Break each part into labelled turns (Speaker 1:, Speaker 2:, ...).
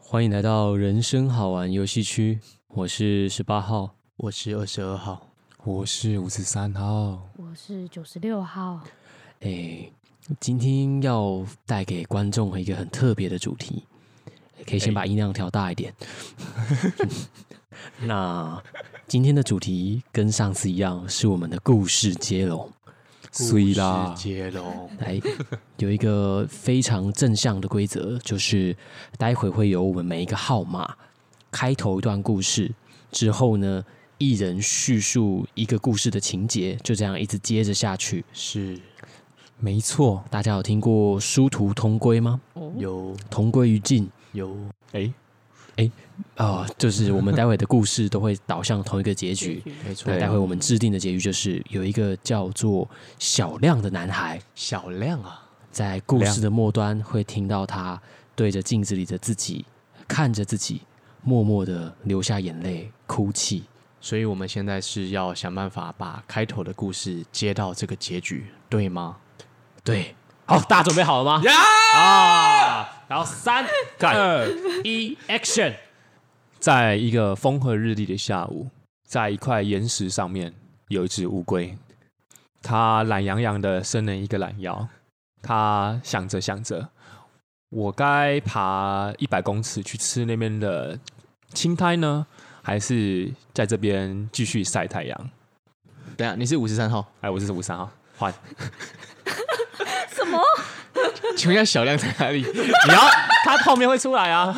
Speaker 1: 欢迎来到人生好玩游戏区，我是十八号，
Speaker 2: 我是二十二号，
Speaker 3: 我是五十三号。
Speaker 4: 我是九十六号，
Speaker 1: 哎，今天要带给观众一个很特别的主题，可以先把音量调大一 点。那今天的主题跟上次一样，是我们的故事接龙。
Speaker 3: 碎啦
Speaker 2: 故事，接龙，
Speaker 1: 来，有一个非常正向的规则，就是待会会有我们每一个号码开头一段故事，之后呢，一人叙述一个故事的情节，就这样一直接着下去。
Speaker 2: 是
Speaker 3: 没错，
Speaker 1: 大家有听过殊途同归吗？
Speaker 2: 有
Speaker 1: 同归于尽
Speaker 2: 有
Speaker 3: 哎，
Speaker 1: 啊、就是我们待会的故事都会导向同一个结局。
Speaker 2: 没错
Speaker 1: 那，待会我们制定的结局就是有一个叫做小亮的男孩，
Speaker 2: 小亮啊，
Speaker 1: 在故事的末端会听到他对着镜子里的自己，看着自己，默默的流下眼泪，哭泣。
Speaker 2: 所以我们现在是要想办法把开头的故事接到这个结局，对吗？
Speaker 1: 对，好，大家准备好了吗？啊！然后三
Speaker 3: 干！
Speaker 1: 一 action，
Speaker 3: 在一个风和日丽的下午，在一块岩石上面有一只乌龟，它懒洋洋的伸了一个懒腰，它想着想着，我该爬一百公尺去吃那边的青苔呢，还是在这边继续晒太阳？
Speaker 2: 等一下，你是五十三号，
Speaker 3: 哎，我是五三号，换
Speaker 4: 什么？
Speaker 2: 请问一下小亮在哪里？
Speaker 3: 你要，它后面会出来 啊。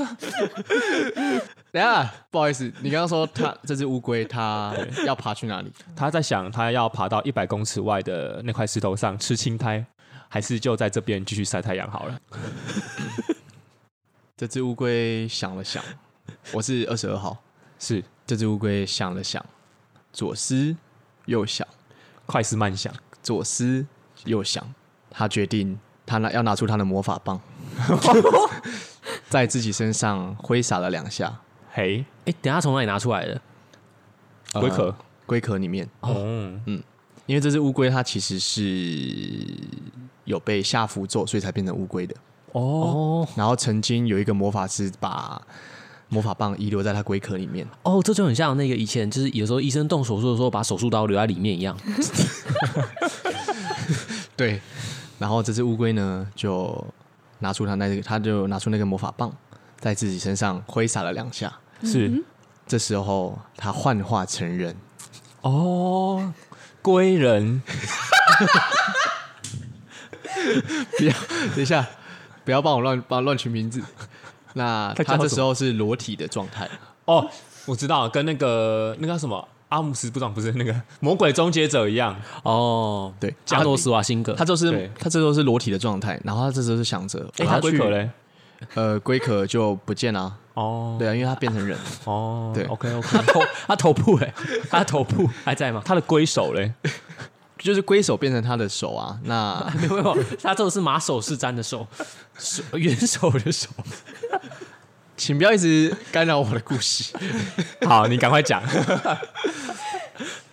Speaker 2: 等一下，不好意思，你刚刚说他这只乌龟，它要爬去哪里？
Speaker 3: 他在想，他要爬到一百公尺外的那块石头上吃青苔，还是就在这边继续晒太阳好了？
Speaker 2: 这只乌龟想了想，我是二十二号。
Speaker 3: 是
Speaker 2: 这只乌龟想了想，左思右想，
Speaker 3: 快思慢想，
Speaker 2: 左思右想，他决定他拿要拿出他的魔法棒，在自己身上挥洒了两下，
Speaker 3: 嘿，
Speaker 1: 哎，等一下从哪里拿出来的？
Speaker 3: 龟壳，
Speaker 2: 龟壳里面，嗯
Speaker 3: 哦，
Speaker 2: 因为这只乌龟它其实是有被下符咒，所以才变成乌龟的。
Speaker 3: 哦，
Speaker 1: 哦
Speaker 2: 然后曾经有一个魔法师把魔法棒遗留在他龟壳里面，
Speaker 1: 哦，这就很像那个以前就是有时候医生动手术的时候把手术刀留在里面一样。
Speaker 2: 对，然后这只乌龟呢就拿出它那个，它就拿出那个魔法棒，在自己身上挥洒了两下。
Speaker 3: 是
Speaker 2: 这时候他幻化成人，
Speaker 3: 哦，龟人，
Speaker 2: 不要 等一下，不要帮我乱帮我乱取名字。 那
Speaker 3: 他叫
Speaker 2: 他
Speaker 3: 什么
Speaker 2: 这时候是裸体的状态，
Speaker 3: 哦，我知道，跟那个那个叫什么阿姆斯部长不是那个魔鬼终结者一样，
Speaker 1: 哦，
Speaker 2: 对，
Speaker 1: 加诺斯瓦辛格，
Speaker 2: 他就是
Speaker 3: 对
Speaker 2: 他这时候是裸体的状态，然后他这时候是想着，
Speaker 3: 哎，
Speaker 2: 我要
Speaker 3: 他龟壳
Speaker 2: 去
Speaker 3: 嘞，
Speaker 2: 呃，龟壳就不见了、
Speaker 3: 哦，
Speaker 2: 对啊，因为他变成人，
Speaker 3: 哦，
Speaker 2: 对
Speaker 3: ，OK
Speaker 1: 他
Speaker 3: OK，
Speaker 1: 头他头部哎，他头部还在吗？
Speaker 3: 他的龟手哦嘞，
Speaker 2: 就是龟手变成他的手啊，那
Speaker 1: 没有没有，他做的是马首是瞻的手，手元首的手。
Speaker 2: 请不要一直干扰我的故事。
Speaker 3: 好，你赶快讲，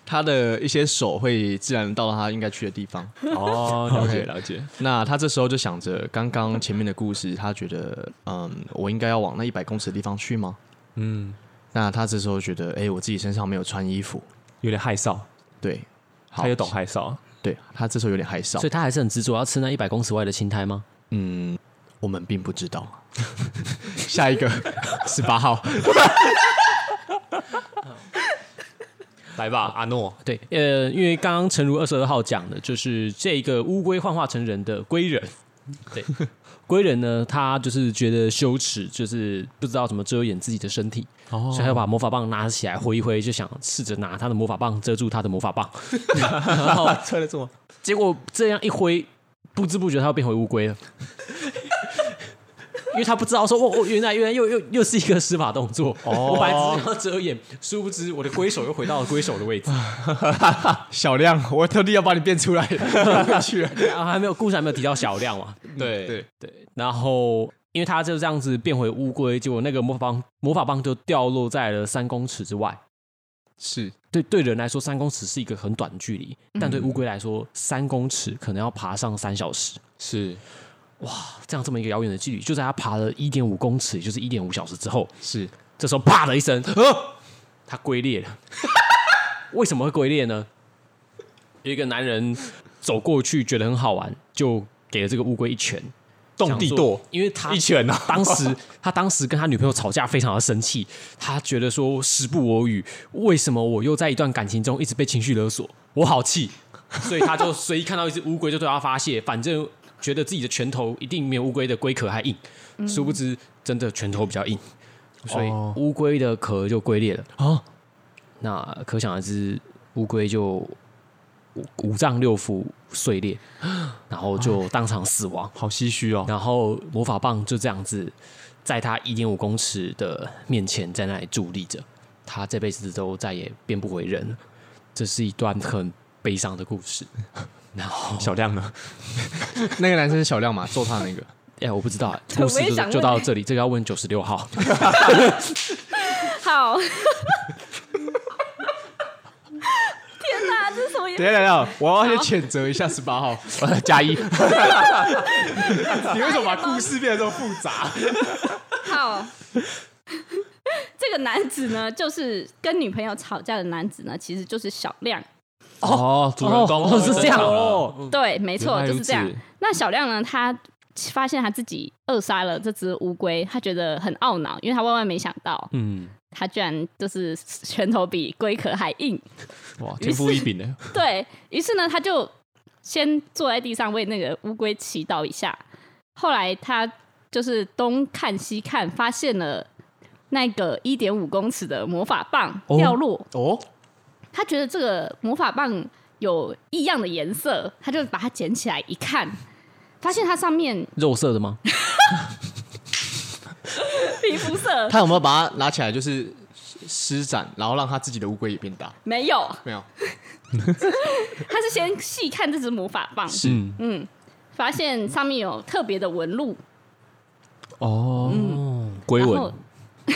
Speaker 2: 他的一些手会自然地到达他应该去的地方。
Speaker 3: 哦， 了解了解，
Speaker 2: 那他这时候就想着刚刚前面的故事，他觉得，嗯，我应该要往那一百公尺的地方去吗？
Speaker 3: 嗯，
Speaker 2: 那他这时候觉得，哎、我自己身上没有穿衣服，
Speaker 3: 有点害臊，
Speaker 2: 对，好
Speaker 3: 他又懂，害臊，
Speaker 2: 对他这时候有点害臊
Speaker 1: 所以，他还是很执着要吃那一百公尺外的青苔吗？
Speaker 2: 嗯，我们并不知道。下一个十八号，
Speaker 3: 来吧，阿诺，
Speaker 1: 对，呃，因为刚刚诚如二十二号讲的，就是这个乌龟幻化成人的龟人，对，龟人呢，他就是觉得羞耻，就是不知道怎么遮掩自己的身体，所以他就把魔法棒拿起来挥一挥，就想试着拿他的魔法棒遮住他的魔法棒，然后
Speaker 3: 吹得住吗？
Speaker 1: 结果这样一挥，不知不觉他又变回乌龟了，因为他不知道说，哦哦，原来原来又又又是一个施法动作。哦，我本来只是想要遮掩，殊不知我的龟手又回到了龟手的位置。
Speaker 2: 小亮， 我特地要把你变出来， 回去了。
Speaker 1: 然后啊还没有故事还没有提到小亮嘛，
Speaker 3: 对
Speaker 2: 对
Speaker 1: 然后因为他就这样子变回乌龟，结果那个魔法棒魔法棒就掉落在了三公尺之外。
Speaker 2: 是
Speaker 1: 对对人来说，三公尺是一个很短的距离，但对乌龟来说，三公尺可能要爬上三小时。
Speaker 3: 是
Speaker 1: 这样这么一个遥远的距离，就在他爬了一点五公尺，也就是一点五小时之后，
Speaker 2: 是
Speaker 1: 这时候啪的一声，呃，他龟裂了。 为什么会龟裂呢？有一个男人走过去，觉得很好玩，就给了这个乌龟一拳，
Speaker 3: 动地
Speaker 1: 想
Speaker 3: 跺
Speaker 1: 说因为他
Speaker 3: 一拳啊！
Speaker 1: 当 时他当时跟他女朋友吵架，非常的生气，他觉得说时不我与，为什么我又在一段感情中一直被情绪勒索，我好 气，所以他就随意看到一只乌龟就对他发泄，反正觉得自己的拳头一定没有乌龟的龟壳还硬，殊不知真的拳头比较硬，嗯所以
Speaker 3: 哦
Speaker 1: 乌龟的壳就龟裂了啊。那可想而知，乌龟就五五脏六腑碎 裂，然后就当场死亡。
Speaker 3: 好唏嘘哦。
Speaker 1: 然后魔法棒就这样子，在他一点五公尺的面前，在那里伫立着。他这辈子都再也变不回人了。这是一段很悲伤的故 事。然后，
Speaker 3: 小亮啊呢？
Speaker 2: 那个男生是小亮嘛，揍他那个。
Speaker 1: 哎、我不知道、哎
Speaker 4: 对
Speaker 1: 故
Speaker 4: 我
Speaker 1: 事
Speaker 4: 也
Speaker 1: 就
Speaker 4: 想
Speaker 1: 就
Speaker 4: 问
Speaker 1: 到这里，这个要问九十六号。
Speaker 4: 好。天哪，这是什么？
Speaker 2: 等一下，等一下，我要先谴责一下十八号加 一。你为什么把故事变得这么复杂？
Speaker 4: 好， 这个男子呢，就是跟女朋友吵架的男子呢，其实就是小亮。
Speaker 3: 哦，主人公
Speaker 1: 哦是这样
Speaker 3: 哦，
Speaker 4: 对，没错，
Speaker 3: 原来
Speaker 4: 就
Speaker 3: 如
Speaker 4: 是
Speaker 3: 此
Speaker 4: 这样。那小亮呢，他发现他自己扼杀了这只乌龟，他觉得很懊恼，因为他万万没想到，
Speaker 1: 嗯，
Speaker 4: 他居然就是拳头比龟壳还硬。
Speaker 3: 哇，天赋异禀的，
Speaker 4: 对于是呢，他就先坐在地上为那个乌龟祈祷一下。后来他就是东看西看，发现了那个一点五公尺的魔法棒
Speaker 1: 哦
Speaker 4: 掉落。
Speaker 2: 哦，
Speaker 4: 他觉得这个魔法棒有异样的颜色，他就把它捡起来一看，发现它上面
Speaker 1: 肉色的吗？
Speaker 4: 皮肤 色
Speaker 2: 他有没有把它拿起来，就是施展，然后让他自己的乌龟也变大？
Speaker 4: 没有，
Speaker 2: 没有，
Speaker 4: 他是先细看这只魔法棒，
Speaker 2: 是
Speaker 4: 嗯，发现上面有特别的纹路，
Speaker 1: 哦，
Speaker 3: 龟
Speaker 4: 然后
Speaker 3: 吻，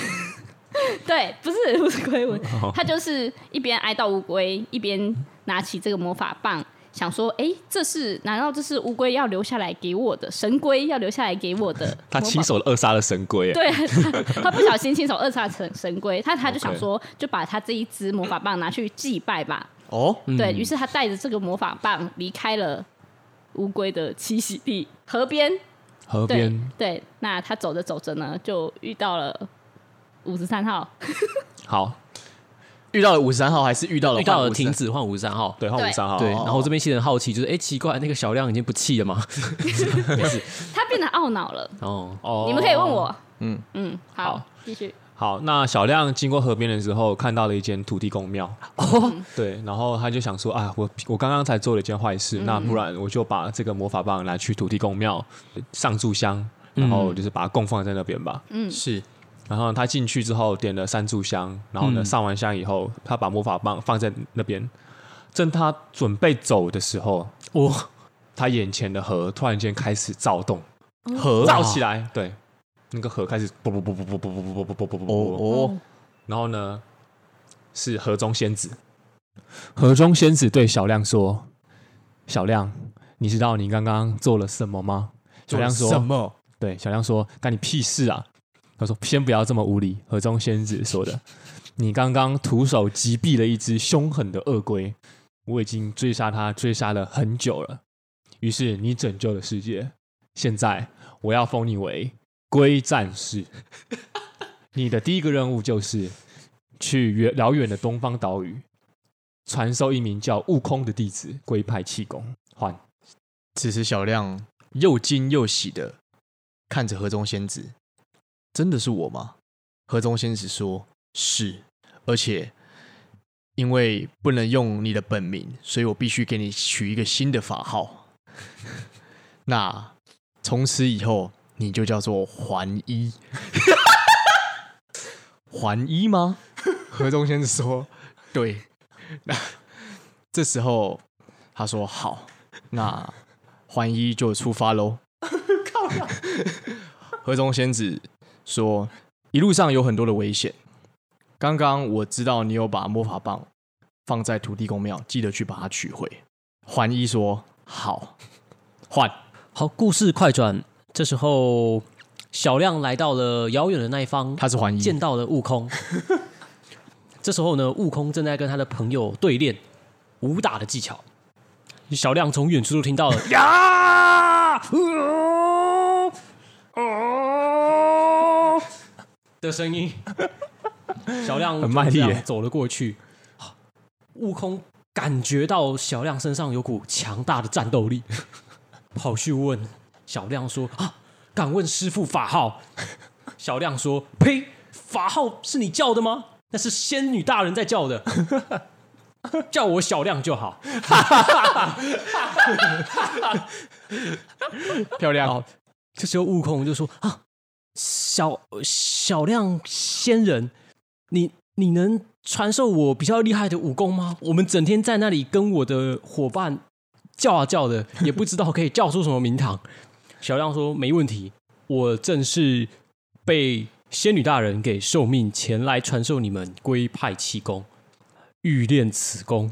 Speaker 4: 对，不是 不是龟文，他就是一边哀悼乌龟，一边拿起这个魔法棒，想说：哎、这是难道这是乌龟要留下来给我的？神龟要留下来给我 的？
Speaker 3: 他亲
Speaker 4: 手
Speaker 3: 手扼杀了神龟，哎
Speaker 4: 对，他他不小心亲手扼杀成神龟，他他就想说，就把他这一支魔法棒拿去祭拜吧。
Speaker 2: 哦，
Speaker 4: 对于是，他带着这个魔法棒离开了乌龟的栖息地河边。
Speaker 3: 河
Speaker 4: 对
Speaker 3: 边
Speaker 4: 对，那他走着走着呢，就遇到了五十三号。
Speaker 3: 好，
Speaker 2: 遇到了五十三号，还是遇到了
Speaker 1: 遇到了
Speaker 2: 53
Speaker 1: 停止换五十三号。
Speaker 3: 对，换五
Speaker 4: 对
Speaker 3: 三号，
Speaker 1: 对，然后我这边其实很好奇，就是哎、奇怪，那个小亮已经不气了吗？
Speaker 4: 他变得懊恼了。
Speaker 1: 哦，
Speaker 3: 哦
Speaker 4: 你们可以问。我。
Speaker 2: 嗯
Speaker 4: 嗯，
Speaker 3: 好
Speaker 4: 好，继续。
Speaker 3: 好，那小亮经过河边的时候，看到了一间土地公庙，
Speaker 1: 哦
Speaker 4: 嗯
Speaker 3: 对，然后他就想说，啊，我我刚刚才做了一件坏事，
Speaker 4: 嗯
Speaker 3: 那不然我就把这个魔法棒拿去土地公庙上炷香，
Speaker 1: 嗯
Speaker 3: 然后就是把它供放在那边吧。
Speaker 4: 嗯
Speaker 2: 是
Speaker 3: 然后他进去之后点了三炷香，然
Speaker 2: 嗯
Speaker 3: 后呢、上完香以后，他把魔法棒放在那边。正他准备走的时候，
Speaker 1: 我
Speaker 3: 他眼前的河突然间开始躁动，
Speaker 2: 河
Speaker 3: 燥起来，对，那个河开始啵啵啵啵啵啵啵啵啵啵啵啵
Speaker 2: 哦
Speaker 3: 啵啵，
Speaker 4: 嗯
Speaker 2: 哦，
Speaker 3: 然后呢是河中仙子，河中仙子对小亮说：“小亮，你知道你刚刚做了什么吗？”小亮说：“
Speaker 2: 什么？
Speaker 3: 对，小亮说：“干你屁事啊！”他说：“先不要这么无理。”河中仙子说的：“你刚刚徒手击毙了一只凶狠的鳄龟，我已经追杀它追杀了很久了。于是你拯救了世界，现在我要封你为龟战士。你的第一个任务就是去远辽远的东方岛屿，传授一名叫悟空的弟子龟派气功。换
Speaker 2: 此时小亮又惊又喜的看着河中仙子，真的是我吗？河中仙子说：“是，而且因为不能用你的本名，所以我必须给你取一个新的法号。 那从此以后，你就叫做环一。 环一吗？”河中仙子说：“对。” 那这时候他说：“好，那环一就出发喽。 河中仙子说，一路上有很多的危险。刚刚我知道你有把魔法棒放在土地公庙，记得去把它取回。环一说好，换
Speaker 1: 好，故事快转这时候小亮来到了遥远的那一方，
Speaker 2: 他是
Speaker 3: 嗯
Speaker 2: 环一，
Speaker 1: 见到了悟空。这时候呢，悟空正在跟他的朋友对练武打的技巧。小亮从远处就听到 了呀，哦哦的声音。小亮
Speaker 3: 很卖力
Speaker 1: 就这
Speaker 3: 耶
Speaker 1: 样走了过去。悟空感觉到小亮身上有股强大的战斗力，跑去问小亮说：“啊，敢问师傅法号？”小亮说：“呸，法号是你叫的吗？那是仙女大人在叫的，叫我小亮就好。”
Speaker 2: 漂亮。
Speaker 1: 好这时候悟空就说：“啊，小小亮仙人，你你能传授我比较厉害的武功吗？我们整天在那里跟我的伙伴叫啊叫的，也不知道可以叫出什么名堂。” 小亮说：“没问题，我正是被仙女大人给受命前来传授你们龟派气功，欲练此功，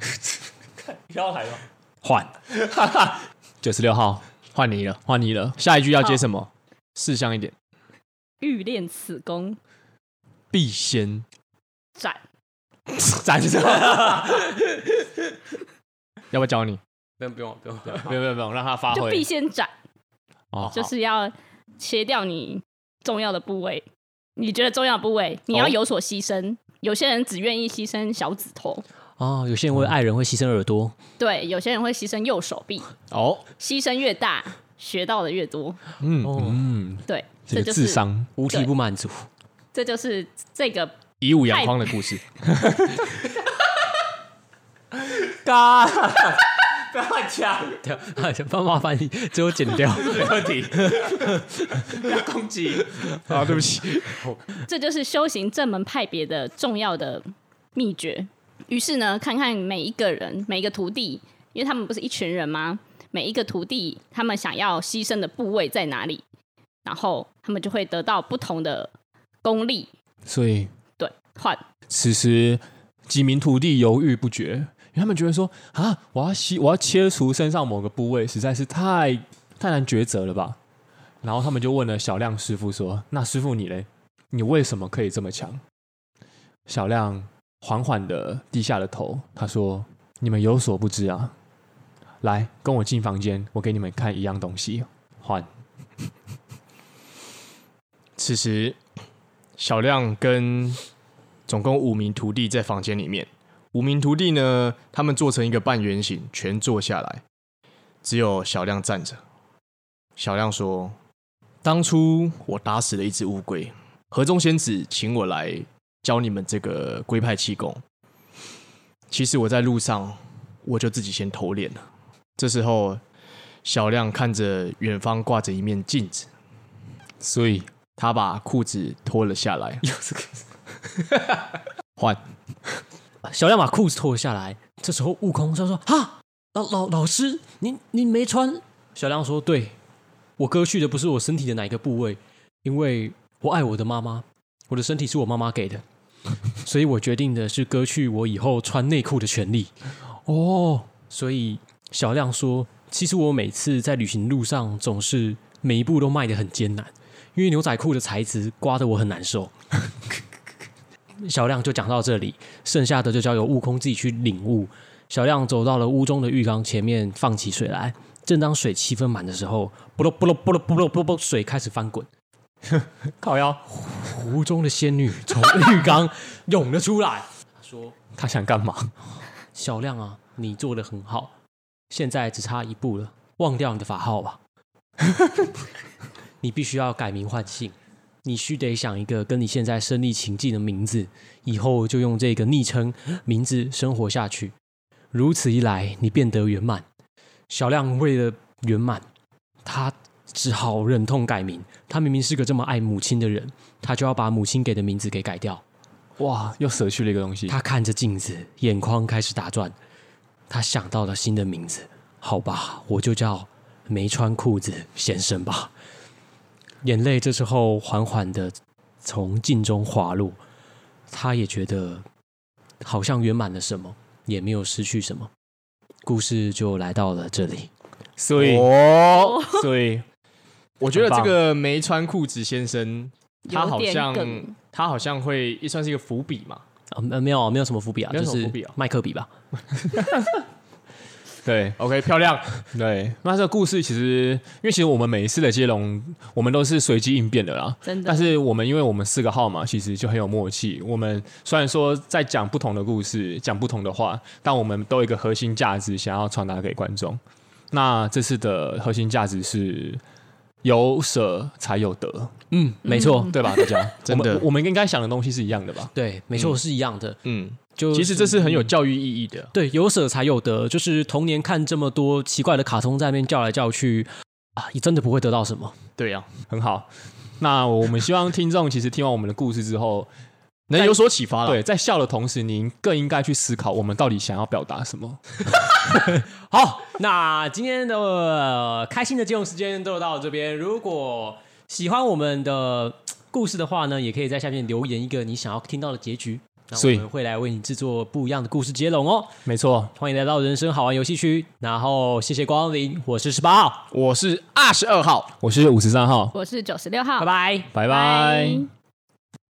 Speaker 3: 要来了，
Speaker 1: 换
Speaker 3: 九十六号
Speaker 2: 换你了，
Speaker 3: 换你了，
Speaker 2: 下一句要接什么？事项一点，
Speaker 4: 欲练此功，
Speaker 2: 必先
Speaker 4: 斩
Speaker 2: 斩首。要不 要教你？
Speaker 1: 不用不用不用，
Speaker 3: 不用不用不用，让他发
Speaker 4: 就必
Speaker 3: 挥。
Speaker 4: 先斩，
Speaker 3: 哦，
Speaker 4: 就是要切掉你重要的部位。你觉得重要的部位，你要有所牺牲。有些人只愿意牺牲小指头，
Speaker 1: 哦，有些人为爱人会牺牲耳朵，
Speaker 4: 对，有些人会牺牲右手臂。
Speaker 2: 哦，
Speaker 4: 牺牲越大，学到的越多。
Speaker 3: 嗯
Speaker 1: 哦
Speaker 3: 嗯，
Speaker 4: 对，
Speaker 3: 这
Speaker 4: 这
Speaker 3: 个
Speaker 4: 就是
Speaker 3: 智商
Speaker 1: 五体不满足。”
Speaker 4: 这就是这个
Speaker 2: 以武扬匡的故事。
Speaker 1: 嘎，不要乱讲， 帮麻烦你，最后剪掉，没 问题， 不要攻击。
Speaker 2: 啊，对不起，
Speaker 4: 这就是修行正门派别的重要的秘诀。于是呢，看看每一个人、每一个徒弟，因为他们不是一群人吗？每一个徒弟他们想要牺牲的部位在哪里，然后他们就会得到不同的功力。
Speaker 3: 所以
Speaker 4: 对，换
Speaker 3: 此时几名徒弟犹豫不决，因为他们觉得说啊，我要吸，我要切除身上某个部位，实在是太太难抉择了吧。然后他们就问了小亮师傅说：“那师傅你嘞，你为什么可以这么强？”小亮缓缓的低下了头，他说：“你们有所不知啊，来跟我进房间，我给你们看一样东西。”换
Speaker 2: 此时小亮跟总共五名徒弟在房间里面，五名徒弟呢，他们做成一个半圆形，全坐下来，只有小亮站着。小亮说：“当初我打死了一只乌龟，河中仙子请我来教你们这个龟派气功。其实我在路上我就自己先偷练了。”这时候，小亮看着远方挂着一面镜子，
Speaker 3: 所以
Speaker 2: 他把裤子脱了下来，换
Speaker 1: 小亮把裤子脱下来，这时候悟空就说：“哈，老老老师，您您没穿？”小亮说：“对，我割去的不是我身体的哪一个部位，因为我爱我的妈妈，我的身体是我妈妈给的，所以我决定的是割去我以后穿内裤的权利。”哦，所以小亮说：“其实我每次在旅行路上，总是每一步都迈得很艰难，因为牛仔裤的材质刮得我很难受。”小亮就讲到这里。剩下的就交由悟空自己去领悟。小亮走到了屋中的浴缸前面，放起水来。正当水七分满的时候，不噜不噜不噜不噜不噜不噜，水开始翻滚。
Speaker 3: 靠腰，
Speaker 1: 湖中的仙女从浴缸 涌了出来，她说
Speaker 3: 他想干嘛？：“
Speaker 1: 小亮啊，你做的很好，现在只差一步了，忘掉你的法号吧。 你必须要改名换姓，你须得想一个跟你现在身历情境的名字，以后就用这个昵称名字生活下去。如此一来，你变得圆满。小亮为了圆满，他只好忍痛改名。他明明是个这么爱母亲的人，他就要把母亲给的名字给改掉。
Speaker 3: 哇，又舍去了一个东西。
Speaker 1: 他看着镜子，眼眶开始打转。他想到了新的名字，好吧，我就叫没穿裤子先生吧。眼泪这时候缓缓的从镜中滑落，他也觉得好像圆满了什么，也没有失去什么。故事就来到了这里。
Speaker 3: 所以
Speaker 2: 哦，
Speaker 3: 所以
Speaker 2: 我觉得
Speaker 3: 很
Speaker 2: 这
Speaker 3: 棒
Speaker 2: 个没穿裤子先生，他
Speaker 4: 有
Speaker 2: 好
Speaker 4: 点
Speaker 2: 像
Speaker 4: 梗
Speaker 2: 他好像会也算是一个伏笔嘛。
Speaker 1: 啊，没没有没有什么伏笔啊，
Speaker 2: 没有
Speaker 1: 就
Speaker 2: 什么
Speaker 1: 是
Speaker 2: 伏笔啊
Speaker 1: 麦克笔吧。
Speaker 3: 对
Speaker 2: OK，漂亮，
Speaker 3: 对，那这个故事其实，因为其实我们每一次的接龙，我们都是随机应变的啦。
Speaker 4: 真的
Speaker 3: 但是我们因为我们四个号码其实就很有默契。我们虽然说在讲不同的故事，讲不同的话，但我们都有一个核心价值想要传达给观众。那这次的核心价值是有舍才有得，
Speaker 1: 嗯，没错，
Speaker 3: 对吧？大家
Speaker 2: 真的
Speaker 3: 我们我们应该想的东西是一样的吧？
Speaker 1: 对，没错是一样的。
Speaker 2: 嗯，
Speaker 1: 就
Speaker 2: 其实这是很有教育意义的。
Speaker 1: 对有舍才有得，就是童年看这么多奇怪的卡通在那边叫来叫去啊，你真的不会得到什么。
Speaker 2: 对啊呀，
Speaker 3: 很好。那我们希望听众其实听完我们的故事之后，
Speaker 2: 能有所启发了。
Speaker 3: 对，在笑的同时，您更应该去思考我们到底想要表达什么。
Speaker 1: 好，那今天的、呃开心的借用时间就到这边。如果喜欢我们的嘖故事的话呢，也可以在下面留言一个你想要听到的结局。那
Speaker 3: 所
Speaker 1: 我
Speaker 3: 以
Speaker 1: 们会来为你制作不一样的故事接龙哦。
Speaker 3: 没错，
Speaker 1: 欢迎来到人生好玩游戏区，然后谢谢光临，我是十八号，
Speaker 2: 我是二十二号。
Speaker 3: 我是五十三号，
Speaker 4: 我是九十六号，
Speaker 1: 拜拜。
Speaker 3: 拜拜。
Speaker 4: 拜。